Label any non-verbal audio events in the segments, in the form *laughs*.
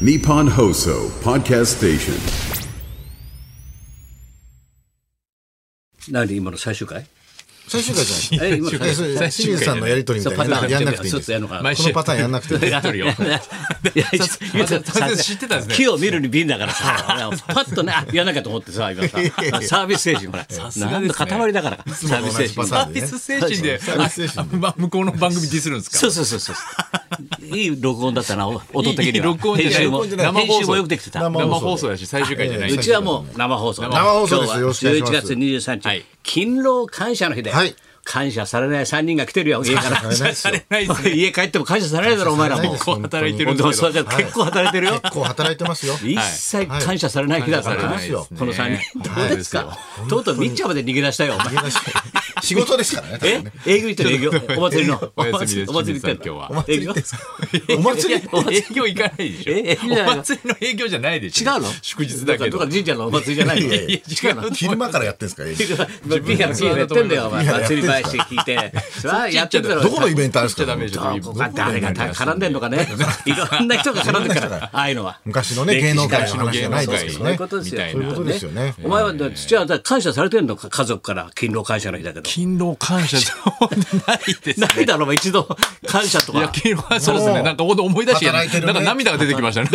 Nippon Hoso Podcast Station. 何今の最終回最終回じゃないえ今の最えそ終れ回清水さんのやりとりみたいなそうやんなくていいちんょでっすとやんのかなこのパターンやんなくていいんですやりとり *laughs* を *laughs* いやいやいやささ知ってたんですね木を見るに瓶だからさ、 *laughs* パッとね、あやらなきゃと思ってさ、今さ、サービス精神ほら、すがですなねんだ塊だから、サービス精神。パターサンーでビねス精神で、サービス精神あまあ向こうの番組ディスるんですそかうそうそうそう。いい録音だったな、お音的には。いい録音じゃな編い集も録音じゃない編集もよくできてた。生生放送やし、最終回じゃなういちはもう生放送。生放送ですよろしくお願いし今ま日すは11月23日、はい勤労感謝の日で、はい感謝されない3人が来てるよ、家から。されないですね。 *laughs* 家帰っても感謝されないだろ、お前らもう。結構働いてるん本です当けそどう。だから結構働いてるよ。結構働いてますよ一切感謝されない日だからな、はいはいこの3人。感謝どされなういでですすかとうとうみっちゃんまで逃げ出したよ、お前。仕事ですからね多え分ね営業行ってる営業お祭りのお休みですお祭り行ってんの今日はお祭り行ってんのお祭りいやお祭り営業行かないでしえ営業じゃないょ。おの祭りの営業じゃないでし違ょ。うの祝日だけとどか。神社のお祭りじゃないのいやいや違うの昼間からやってんすか営業自分からピーやってんだよ、お前。祭り返し聞い *laughs* て。さあ、やってるだろ。どこのイベントあるんですダかメでしょどこが誰が絡んでんのか *laughs* ね。いろんな人が絡んでるから、ああいうのは。昔のね芸能界の話じゃないですけどそういねうことですよ。みたいなそういうことですよねお前は、土屋は感謝されてんのか、家族から、勤労感謝の日だ *laughs* けど。勤労感謝じゃないですね。ないだろう、一 *laughs* 度、感謝といや、か。勤労感謝そうですね。なんか思い出して、働いてるねなんか涙が出てきましたね。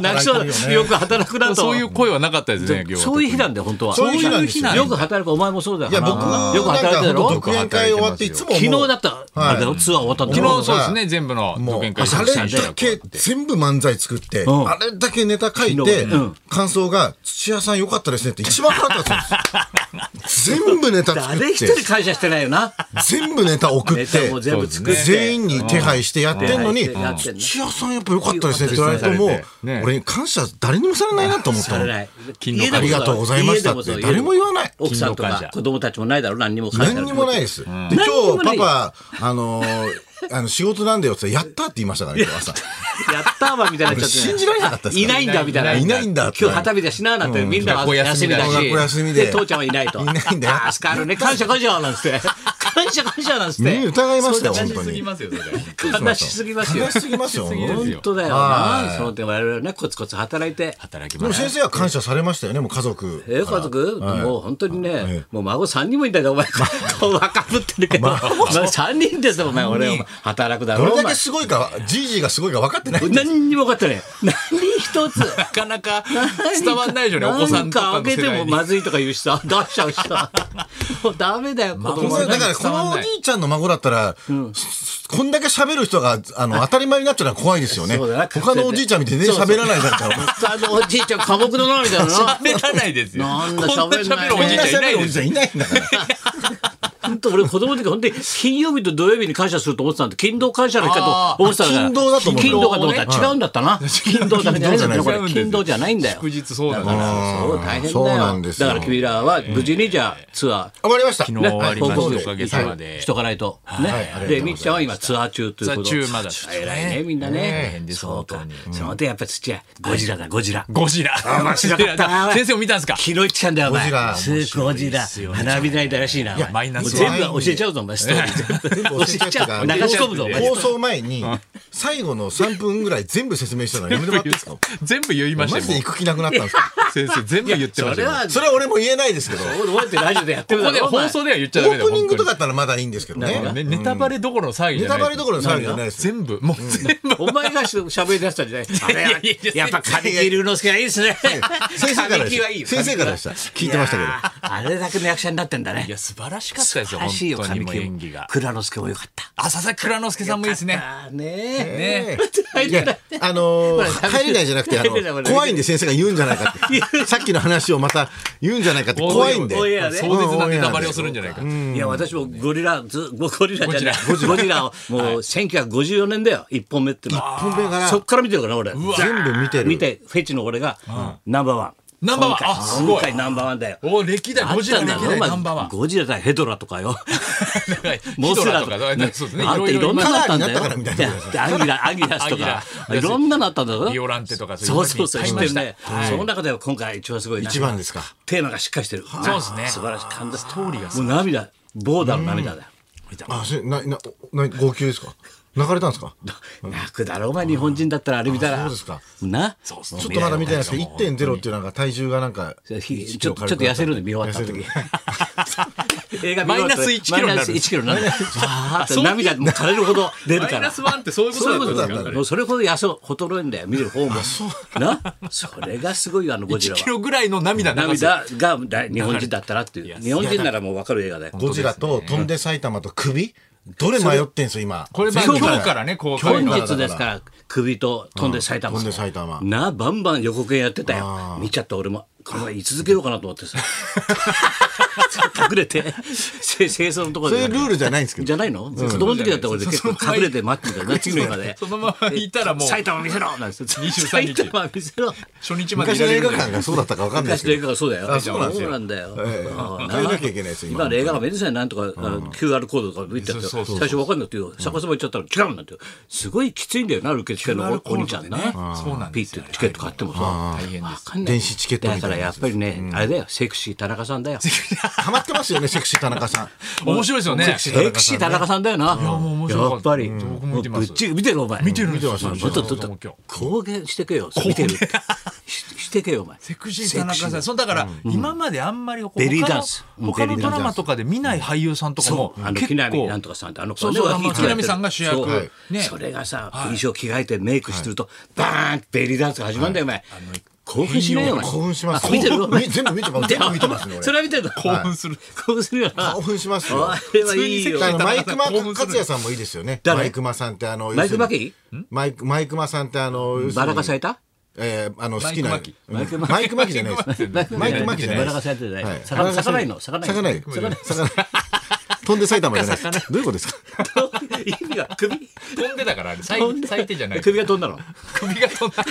泣きそう働いてだるよよねく働くなと。そういう声はなかったですね、今日は。そういう日なんだよ、本当は。そういう日なんですよよく働く、お前もそうだよ。いや僕よく働いてるだなんかろ独演会終わっていつももう昨日だった、あれだよ、ツアー終わったんだろ昨日そうですね、全部のもう独演会あれだけ全部漫才作って、んあれだけネタ書い昨日て、うん感想が土屋さん良かったですねって一番腹立つ *laughs* んです全部ネタ作っ誰一人て感謝してないよ *laughs* な。全部ネタ送ネっタても全部作って。全員に手配してやってんのに、手配してやってんの土屋さんやっぱ良かったですねって言われても、ね俺に感謝誰にもされないなと思ったさのれ。ない勤労感家謝でもそうありがとうございましたっ家でもそうて誰も言わない。奥さんと勤労感か謝子供たちもないだろ何にも感謝何にもないです。でん今日何にパもパ、あのー、 *laughs* あの仕事なんだよって言ったらやったって言いましたから今日朝。やったーわみたいになっちゃって信じられなかったですいないんだみたいないないんだって今日旗日だしなーなんてみんな学校休休みみだだしし学校休みで父ちゃんはいないといないんだよあ助かるね感謝感謝なんつ *laughs* って感謝感謝なんつってね疑いましたよそうだ本当すぎに。ますよ、それ。悲しすぎますよ悲しすぎますよ。ぎです本よ当だよはないその点我々はねコツコツ働いて働きでまもす。先生は感謝されましたよね、もう家族。えー家族、もう本当にね、えもう孫3人もいたんだよ、お前、顔赤ぶってるけど、まあ、3人ですよ、お前、俺、お前働くだどろ、れおだけ前。すごいか、じいじがすごいか分かってない。何にも分かってない。何一 *laughs* つ。なかなか伝わんないでしょうね、お子さんとかなんかの開世けても代に。まずいとか言うしさ、出しちゃうしさ。もうダメだよ、子こ供のはね。だからこのおじいちゃんの孫だったら、すこんだけ喋る人があの当たり前になっちゃうのは怖いですよねそうだな他のおじいちゃん見てね喋らないだったら *laughs* あのおじいちゃん、寡黙だな、みたいなな。喋らないですよ。なんだこんな喋んないね喋るおじいちゃんいないおじでいすちゃんいないんだから本当俺子供の時本当に金曜日と土曜日に感謝すると思ってたんで勤労感謝の日かと思ってたんだあー勤労だと思う勤労かと思ったら違うんだったな勤労だけじゃないんだよこれ違うんですよ勤労じゃないんだよ祝日そうだだかからら。そう大変だそうなんよですだよから君らは無事にじゃあツアー終わりました昨日終わりま報告した、おかげさまで。しとかないとはいありがとうねございますでみっちゃんは今ツアー中ということツアー中まだ偉いねみんなね大変ですそうか本当その点やっぱ土屋ゴジラだゴジラゴジラ。面白かったな *laughs* 先生を見たんですか昨日言ってたんだよお前ゴジラスーゴジラ花火台だらしいなお前マイナスもう全部は教えちゃうぞお前ストーリー全部教えちゃうとか教え流し込むぞお前 *laughs* 放送前に最後の3分ぐらい全部説明したのやめてもらっていいですか全部言いましたマよジでも行く気なくなったんです *laughs* かう。先生、全部言ってそましたれよ。はそれは俺も言えないですけどどうやってラジオでやってるこだこでろお前放送では言っちオゃダメーだよ、プニン本グとか当だったらまだいいんですけどに。ねねネタバレどころの騒ぎじネゃなタい。バレどころの騒ぎじゃない *laughs* ですよ全部、もう全部。お前がし喋り出したんじゃないあれはいやいやいややっぱ神木隆之介がいいですね先生から神で木はいいしよた先生からでした聞いてましたけいやどーあれだけの役者になってんだねいや、素晴らしかったですよ、らしいよ本当に神もう木も演技が。蔵之介もよかったあ、佐々木蔵之介さんもいいですね。あーねえええいや、あのー、入れないじゃなくて、あ入れないの、怖いんで先生が言うんじゃない *laughs* かって。さっきの話をまた言うんじゃないかって怖いんで。オンエアね壮絶なネタバレをするんじゃないか。いや私もゴリラずゴゴリラじゃないゴゴジジララをもう1954年だよ一本目ってのは一本目からそっから見てるから俺全部見てる見てフェチの俺がナンバーワンナンバーワ今ン回あすごい今回ナンバーワンだよお、歴代、ゴジラあったんだ歴よ代まあナンバーワン。ゴジラだヘドラとかよ *laughs* モヒスドララととかか、そうですね。あんたいろんなのあったんだよカラーになったからみたいなこといやアギラアギラスとかアギラいろんなのあったんだよビオランテとかそうそうそうい知のっいてっるぱいいまねしたはいその中では今回一番すごいな一番ですか。テーマがしっかりしてるそうですね素晴らしい感動ストーリーがもう涙ボーダーの涙だよあ、それ、な、な、な、号泣ですか泣かれたんですか泣くだろうが日本人だったらあれ見たらあそうですかなそうっすちょっねとまだ見てないですけど、1.0っていうなんか体重がなんか、ひちょっとちょっと痩せるの見終わった時 *laughs* 映画見終わったマイナス1キロになマイるナス1キロになるあーって涙もう枯れるほど出るマかイナらスワンってそういうこそういうこととだだったんですかもうそれほど痩せ衰えんだよ見る方もなそれがすごいよあのゴジ1ラキはロぐらいの涙流す涙がだ日本人だったらっていう日本人ならもう分かる映画だよゴジラと飛んで埼玉と首どれ迷ってんすよ、今。これまあ全部今日からね公開本の今日ですから首と飛んで埼玉、うん飛んで埼玉なあバンバン予告編やってたよ見ちゃった俺もこの前居続けようかなと思ってさ *laughs* 隠れてせ清掃のところそでういうルールじゃないんですけじど。ゃないの、子供の時だったら俺結構隠れて待ってたよな次の映画でそのままいたらも *laughs* う埼玉見せろなんて23日埼玉見せろ初日まで昔いらのれ映る画ぐらい館がそうだったかわかんないで昔すのけ映ど。画がそうだよ。あそうなんですよだよ。ええああ変えなきゃいけないですよ今の映画がめんどくさいなんとか、あの QR コードとか見てたって、そうそう最初そうわかんなくてよ、逆さま行っちゃったら違うんだってよ。すごいきついんだよな、受付のお QR コードお兄ちゃんなでねうん。そうなんピッですてよチケット買ってもさ、わ大変ですかんない電子チケットみただいからなやっぱりね、あれだよ、セクシー田中さんだよ。セクハマってますよね、セクシー田中さん。面白いですよねシー田中さんだよな。もう面白かったやっぱり、うん僕もも見うてぶまっすちぎ見てるお前。見てるんちですょよっとちょっと今日公言してけよ。見てるって。 *laughs* ししてけよお前。セクシー田中さん、そうだから、今まであんまりこうベリー他のダンスうん他のベリードダンスラマとかで見ない俳優さんとかもそう、あの結木構南なんとかさんってあの子そうそうあの木南さんが主役そうねそれがさ、衣装着替えてメイクしてると、バーンってベリーダンスが始まるんだよお前興奮しないよお前興奮しますあ見てる興奮み全部見 *laughs* てます全部見てますね俺それは見てるの興奮する興奮するよな興奮しますよあれはいいよあの田中マさんイクマ興奮する克也さんもいいですよね。誰マイクマさんってあの、マイクマキマイク、マイクマさんってあの、要するにバラが咲いたえーあの、好きな。マイクママキイクマイクマキじゃないです。マイクマキじゃないバでラすが。咲いてないはい咲か咲かないの咲かない咲かない。咲か *laughs* ない。飛んで埼玉じゃないです。どういうことですか意味が首飛んでたから、あれ最 *laughs* 最低じゃない。首首が飛んだのが飛んだ。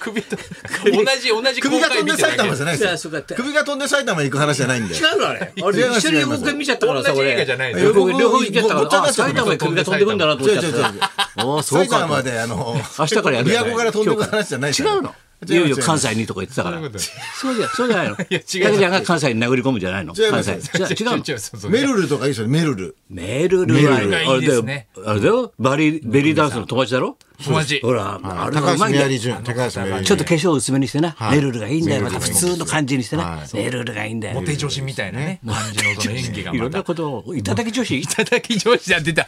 首と、同じ、同じ首公が飛開ん見でてた埼け玉どじゃないいでやすそうかって首が飛んで埼玉行く話じゃないんで。違うのあれ俺違いま一す緒に予告編見ちゃったからさ同じ俺映画じゃないです予告両方行っちゃったかごごっちゃらあになっちゃった埼玉に首が飛んでくんだなと思っちゃ違う違う違っうたおーそう埼かと玉であの、明日からやるん琵じゃ琶ない湖から飛んでく話じゃない違じゃなうのい違いよますいよ関西にとか言ってたからそういうことそうじゃそうじゃないのや違う竹ちゃんが関西に殴り込むじゃないの違いま関す西違う違うの違うそうそうメルルとかいいですよね、メルル。メールルはメールルあれだいいですよねあれだよバリベリーダンスの友達だろ友達。ほらあれが高うま橋いんメだアよリージュン。高橋メアリーちジょっュンと化粧薄めにしてな、いメルルがいいんだよ、まメルたルがい普いんです通の感じにしてな、はいメルルがいいんだよモ。テ女子みたいなね。感じのその演技がいろまんたな。ことを、いただき女子、いただ頂き上司やってた。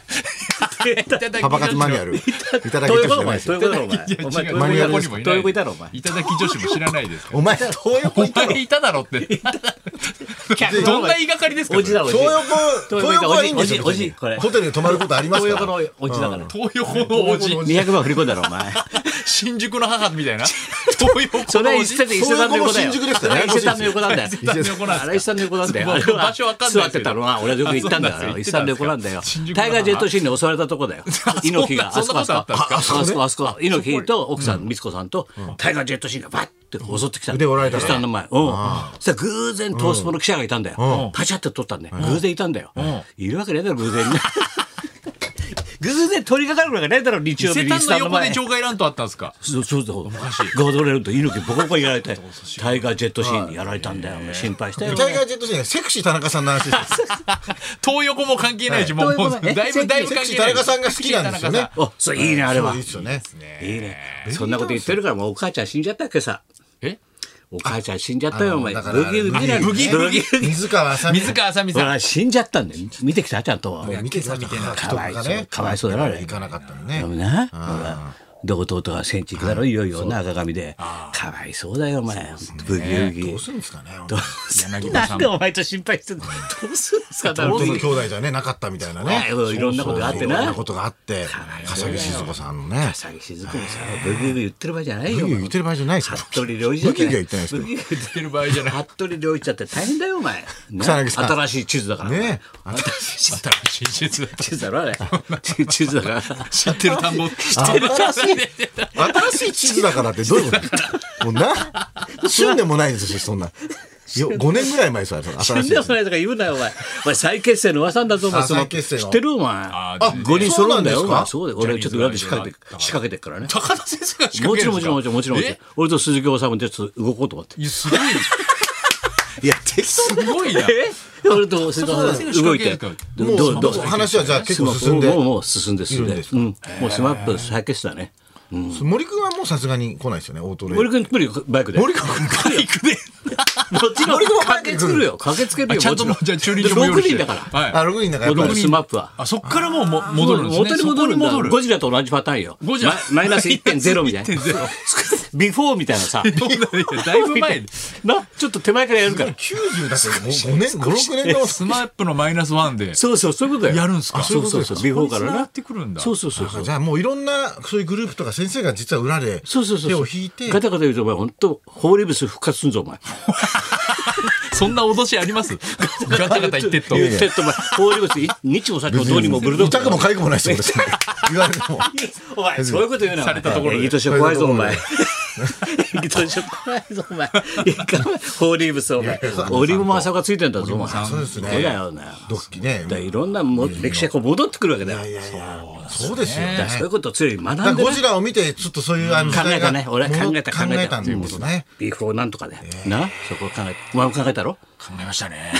パパ活マニュアル。ル。いただきどういう女子こじとゃおない前、でどうすいうことよ。お前、お前、どういうことどういうこといたろお前。頂き女子も知らないですから。お前、東横行ったおの前いただろって。どんな言いがかりですかおじだろ、おじ。東横、東横はいいんですよ。おじおじおじこれホテルに泊まることあります東か横らのおじだから。東横のおじ。 *laughs* 200万振り込んだろ、お前。新宿の母みたいな。東横のおじ。 *laughs* それは伊勢丹伊勢丹の横だよ。東横も新宿でしたねあれ伊勢丹の横 *laughs* なんだよ。伊勢丹の横なんあですかれ伊勢丹の横なんだよ。もうあれは *laughs* 場所わかんない座でっすけてどたのは、俺はよく行ったんだかあら、そうなん伊で勢すか丹の横なんだよ新。宿のタイガー・ジェットシーンに襲われたとこ *laughs* だよ。猪木が、そあんそなこ、あそこ、そんあなことあったんですそこ、あそこ、あそこ、猪木と奥さん、美津子さんと、タイガー・ジェットシーンがバッて襲ってきたの腕折られた伊ね勢丹の前。うん。そしたら偶然、トースポの記者がいたんだよ。パシャって撮ったんだよ。偶然いたんだよ。いるわけねえだろ、偶然 *laughs* に。偶然取り掛かるわけねえだろ、日伊曜日勢に丹の横前で鳥海乱闘あったんですかそうそうそう。ガードレールと猪木ボコボコにやられて、タイガージェットシーンにやられたんだよ。心配したよ。タイガージェットシーンがセクシー田中さんの話です。東横も関係ないし、もう、はいもう東横だねいぶ、だいぶセ関クシ係ー田ない。中さんが好きなんですよね。お、そういいねあれは。そういですよね。いね。そんなこと言ってるからもうお母ちゃん死んじゃった今朝。えお母ちゃん死んじゃったよお前。だブからギウギなのブギブギウギ。水川あさみ。水川あさみほさん。ら死んじゃったんだよ。見てきたちゃんと。見てたみたいなかわいそうかわいそうだなあれ行かなかったのでもね。な、ほら。どこととが戦地行くだろいよいよな赤髪で。かわいそうだよお前。ブギウギどう。するんですかね。柳田なさんんでお前と心配してんのどうするんですかだろ本当うの兄弟じゃねなかったみたいなね。そういろんなことがあってなそうそういろんなことがあって。笠木静子さんのね。詐欺しずくにさ、ブギウギ言ってる場合じゃないよ。ブギウギ言ってる場合じゃないですよ服部良一だってブギウギは言ってないですけどブギウギ言っててる場合じゃない。服部良一だって大変だよ、お前。ね草薙さん新しい地図だから。ね新しい新しい地図地図だろ、あれ。地地図だから。知ってる単語。知ってる新しい *laughs* 新しい地図だからってどういう *laughs* こともうな旬でもないですしそんなよ5年ぐらい前ですよ死新んしいでも地図ないとか言うなよ、お前。お前、再結成の噂なんだぞ、お前。あその再結成の知ってるお前。あ5人揃うんだよ、そうおなん前。ですかそうだよ。俺、ちょっと裏で仕掛けてジャニーズ、仕掛けてっからね。高田先生が仕掛もけちるろん、んもですちかろん、もちろん、もちろん。俺と鈴木治もちょっと動こうと思って。いやすごい。いや、適すごいな。え俺と瀬戸さん動いて当もう、もう話はじゃあ結構進んでもう。もうもう進んで進んいるんでですかうんもうスマップ再結だね森くんはもうさすがに来ないですよね、オートレイ森。君無理バイクで森くん来るよ。もちろん森君もバイ駆けクつけるよ駆けつけるよちゃんとももうじゃあ駐輪場も用6意して人だからはい。あ、6人だからやっぱ僕のり。スマップはあそっからもうも戻るんですね。元に戻るんそこだにゴジラと同じパターンよゴジラママイナス1.0みたいなビフォーみたいなさいやだいぶ前。 *laughs* なちょっと手前からやるから90だって5年、5、6年の。スマップのマイナスワンでそうそうそういうことよやるんですかあそうそうそうビフォーからここに繋がなってくるんだそうそうそうそうじゃあもういろんな、そういうグループとか先生が実は裏でそうそうそう手を引いて、ガタガタ言うとお前本当ホーリブス復活すんぞ *laughs* お前そんな脅しあり *laughs* ますガタガタ言ってっと。言ってっとお前ホーリブスい日もさっきもどうにもブルドッグ痛くも痒くもないですよ、俺言われて *laughs* も。お前そういうこと言うなされたところでいい年は怖いぞお前いいい年は怖いぞお前いいかホーリーブスお前オリーブも朝がついてんだぞお前そうですねそうだよねドッキね。だいろんなも歴史がこう戻ってくるわけだよいやいや、そうですよだからね。そういうことを強い学んだからでゴねジラを見て、ちょっとそういう、あの、考えたね時代が俺は考えた考考ええたたんですね。ビフォーなんとかでなそこを考えお前も考えたろ考えましたね。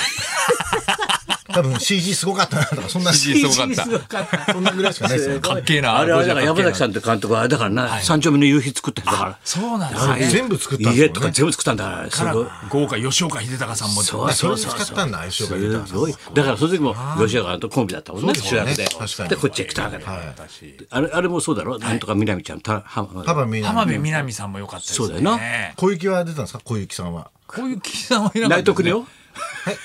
多分 CG すごかったなとか、そんな、 CG すごかった。そんなぐらいしかないですよね。かっけえなあれはだからゴジラかっ山けえな崎さんって監督はあれだからな三丁目の夕日作ってんだからそうなんではい全部作ったんですもんね家とか全部作ったんだからすごい豪華吉岡秀隆さんもそうそそれうにそうそう使ったんだ、相性が豊かすごいだからその時もロシア側とコンビだったもんねそう主ですよね役で確かにでこっちへ来たわけだ、はいあれあれもそうだろ、なんとか南ちゃんたは多分みんな。浜辺美波さんも良かったですそね。うだよな小雪は出たんですか小雪さんは。こういう岸さんはいなか内った藤邦ですね。夫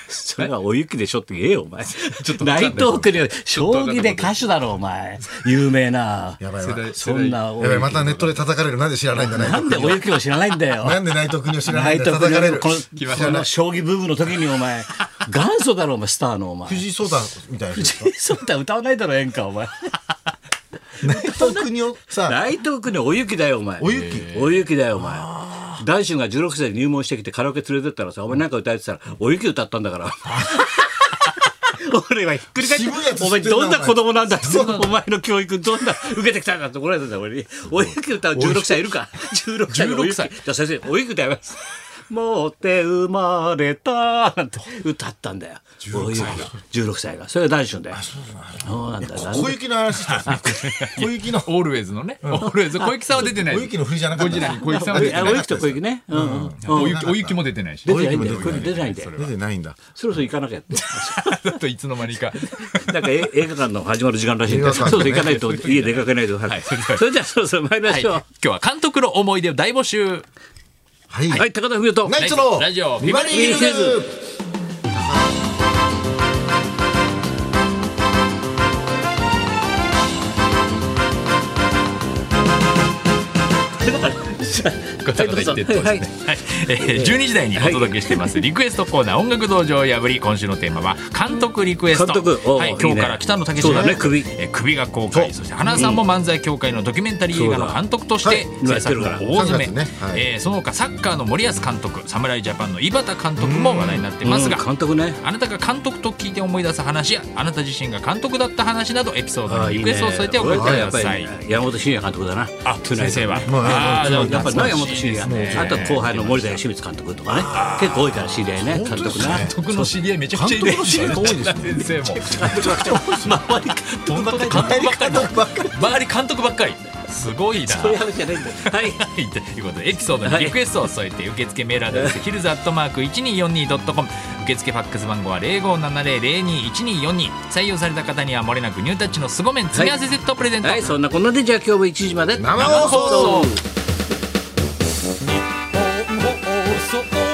それはお雪でしょって言えよお *laughs* 前ちょっとわかん内ない藤邦夫将棋で歌手だろお前有名なやばいわ。やそんなおばい、雪またネットで叩かれる。なんで知らないん *laughs* だ、内な藤んでお雪を知らないんだよなんで内藤国を知らない内んだ、藤叩邦かれ夫る。のこのきましたこの将棋ブームの時にお前元祖だろお前スターのお前 *laughs* 藤井聡太みたいな人。 *laughs* そうだ歌わないだろ演歌お前内藤国をさ、内藤君ねおゆきだよお前おゆきおゆきだよお前男子が16歳で入門してきてカラオケ連れてったらさお前なんか歌えてたらおゆき歌ったんだから *laughs* 俺はひっくり返渋いやってつ知お前ってんなどんな子供なんだってお前の教育どんな受けてきたんだって怒られてた俺におゆき歌う16歳いるか16歳のおゆきじゃ歳あ先生おゆき歌います持って生まれたなんて歌ったんだよ16歳が16歳がそれが男子なんだよそうなんだよ小雪の話してたんですね小雪の、オールウェイズのね。オールウェイズ。小雪さんは出てない小です。雪の振りじゃなかった。ゴジラに小雪さんはお出ゆてない。おゆきと小雪ねうんうんおゆきおゆきも出てないし。出てないんだよ。これ出てないんだよ。出てないんだ。そろそろ行かなきゃって。 *laughs* だといつの間にか。なんかえ映画館の始まる時間らしいん映で、画そ館ろでそねろ行かないと家出かけないと。はいそれじゃあそろそろ参りまはい、しょう今。日は監督の思い出を大募集。はい。はい、高田文夫と。ナイツのラジオビバリーヒルズガタガタ言ってってまはすね。はいい、えー12時台にお届けしてます。リクエストコーナー音楽道場を破り、今週のテーマは監督リクエスト。監督おーはい、今日から北野武そうだね首えー首が公開、そして花さんも漫才協会のドキュメンタリー映画の監督としてそうだ制作を大詰め。今やってるからはいえーその他サッカーの森保監督、侍ジャパンの井端監督も話題になってますが。監督ね。あなたが監督と聞いて思い出す話やあなた自身が監督だった話などエピソードにリクエストを添えて送ってください。やっぱり山本慎也監督だな。あ、先生は。まああー、でもやっぱりな山本慎懐かしい也、ですねあとは後輩の森田義満監督とかね結構多いから知り合いね監督な監督の知り合いめちゃくちゃいる。監督の知り合いが多いですね。先生も。 *laughs* 周り監督本当だ監督ばっかり周り監督ばっかり。すごいな。そういう話じゃないんだよはいはい、ということでエピソードにリクエストを添えて受付メールアドレ *laughs* スヒルズアットマーク 1242.com 受付ファックス番号は0570021242採用された方にはもれなくニュータッチの凄麺詰め合わせセットをプレゼント、はいそんなこんなでじゃあ今日も1時まで生放送日本放送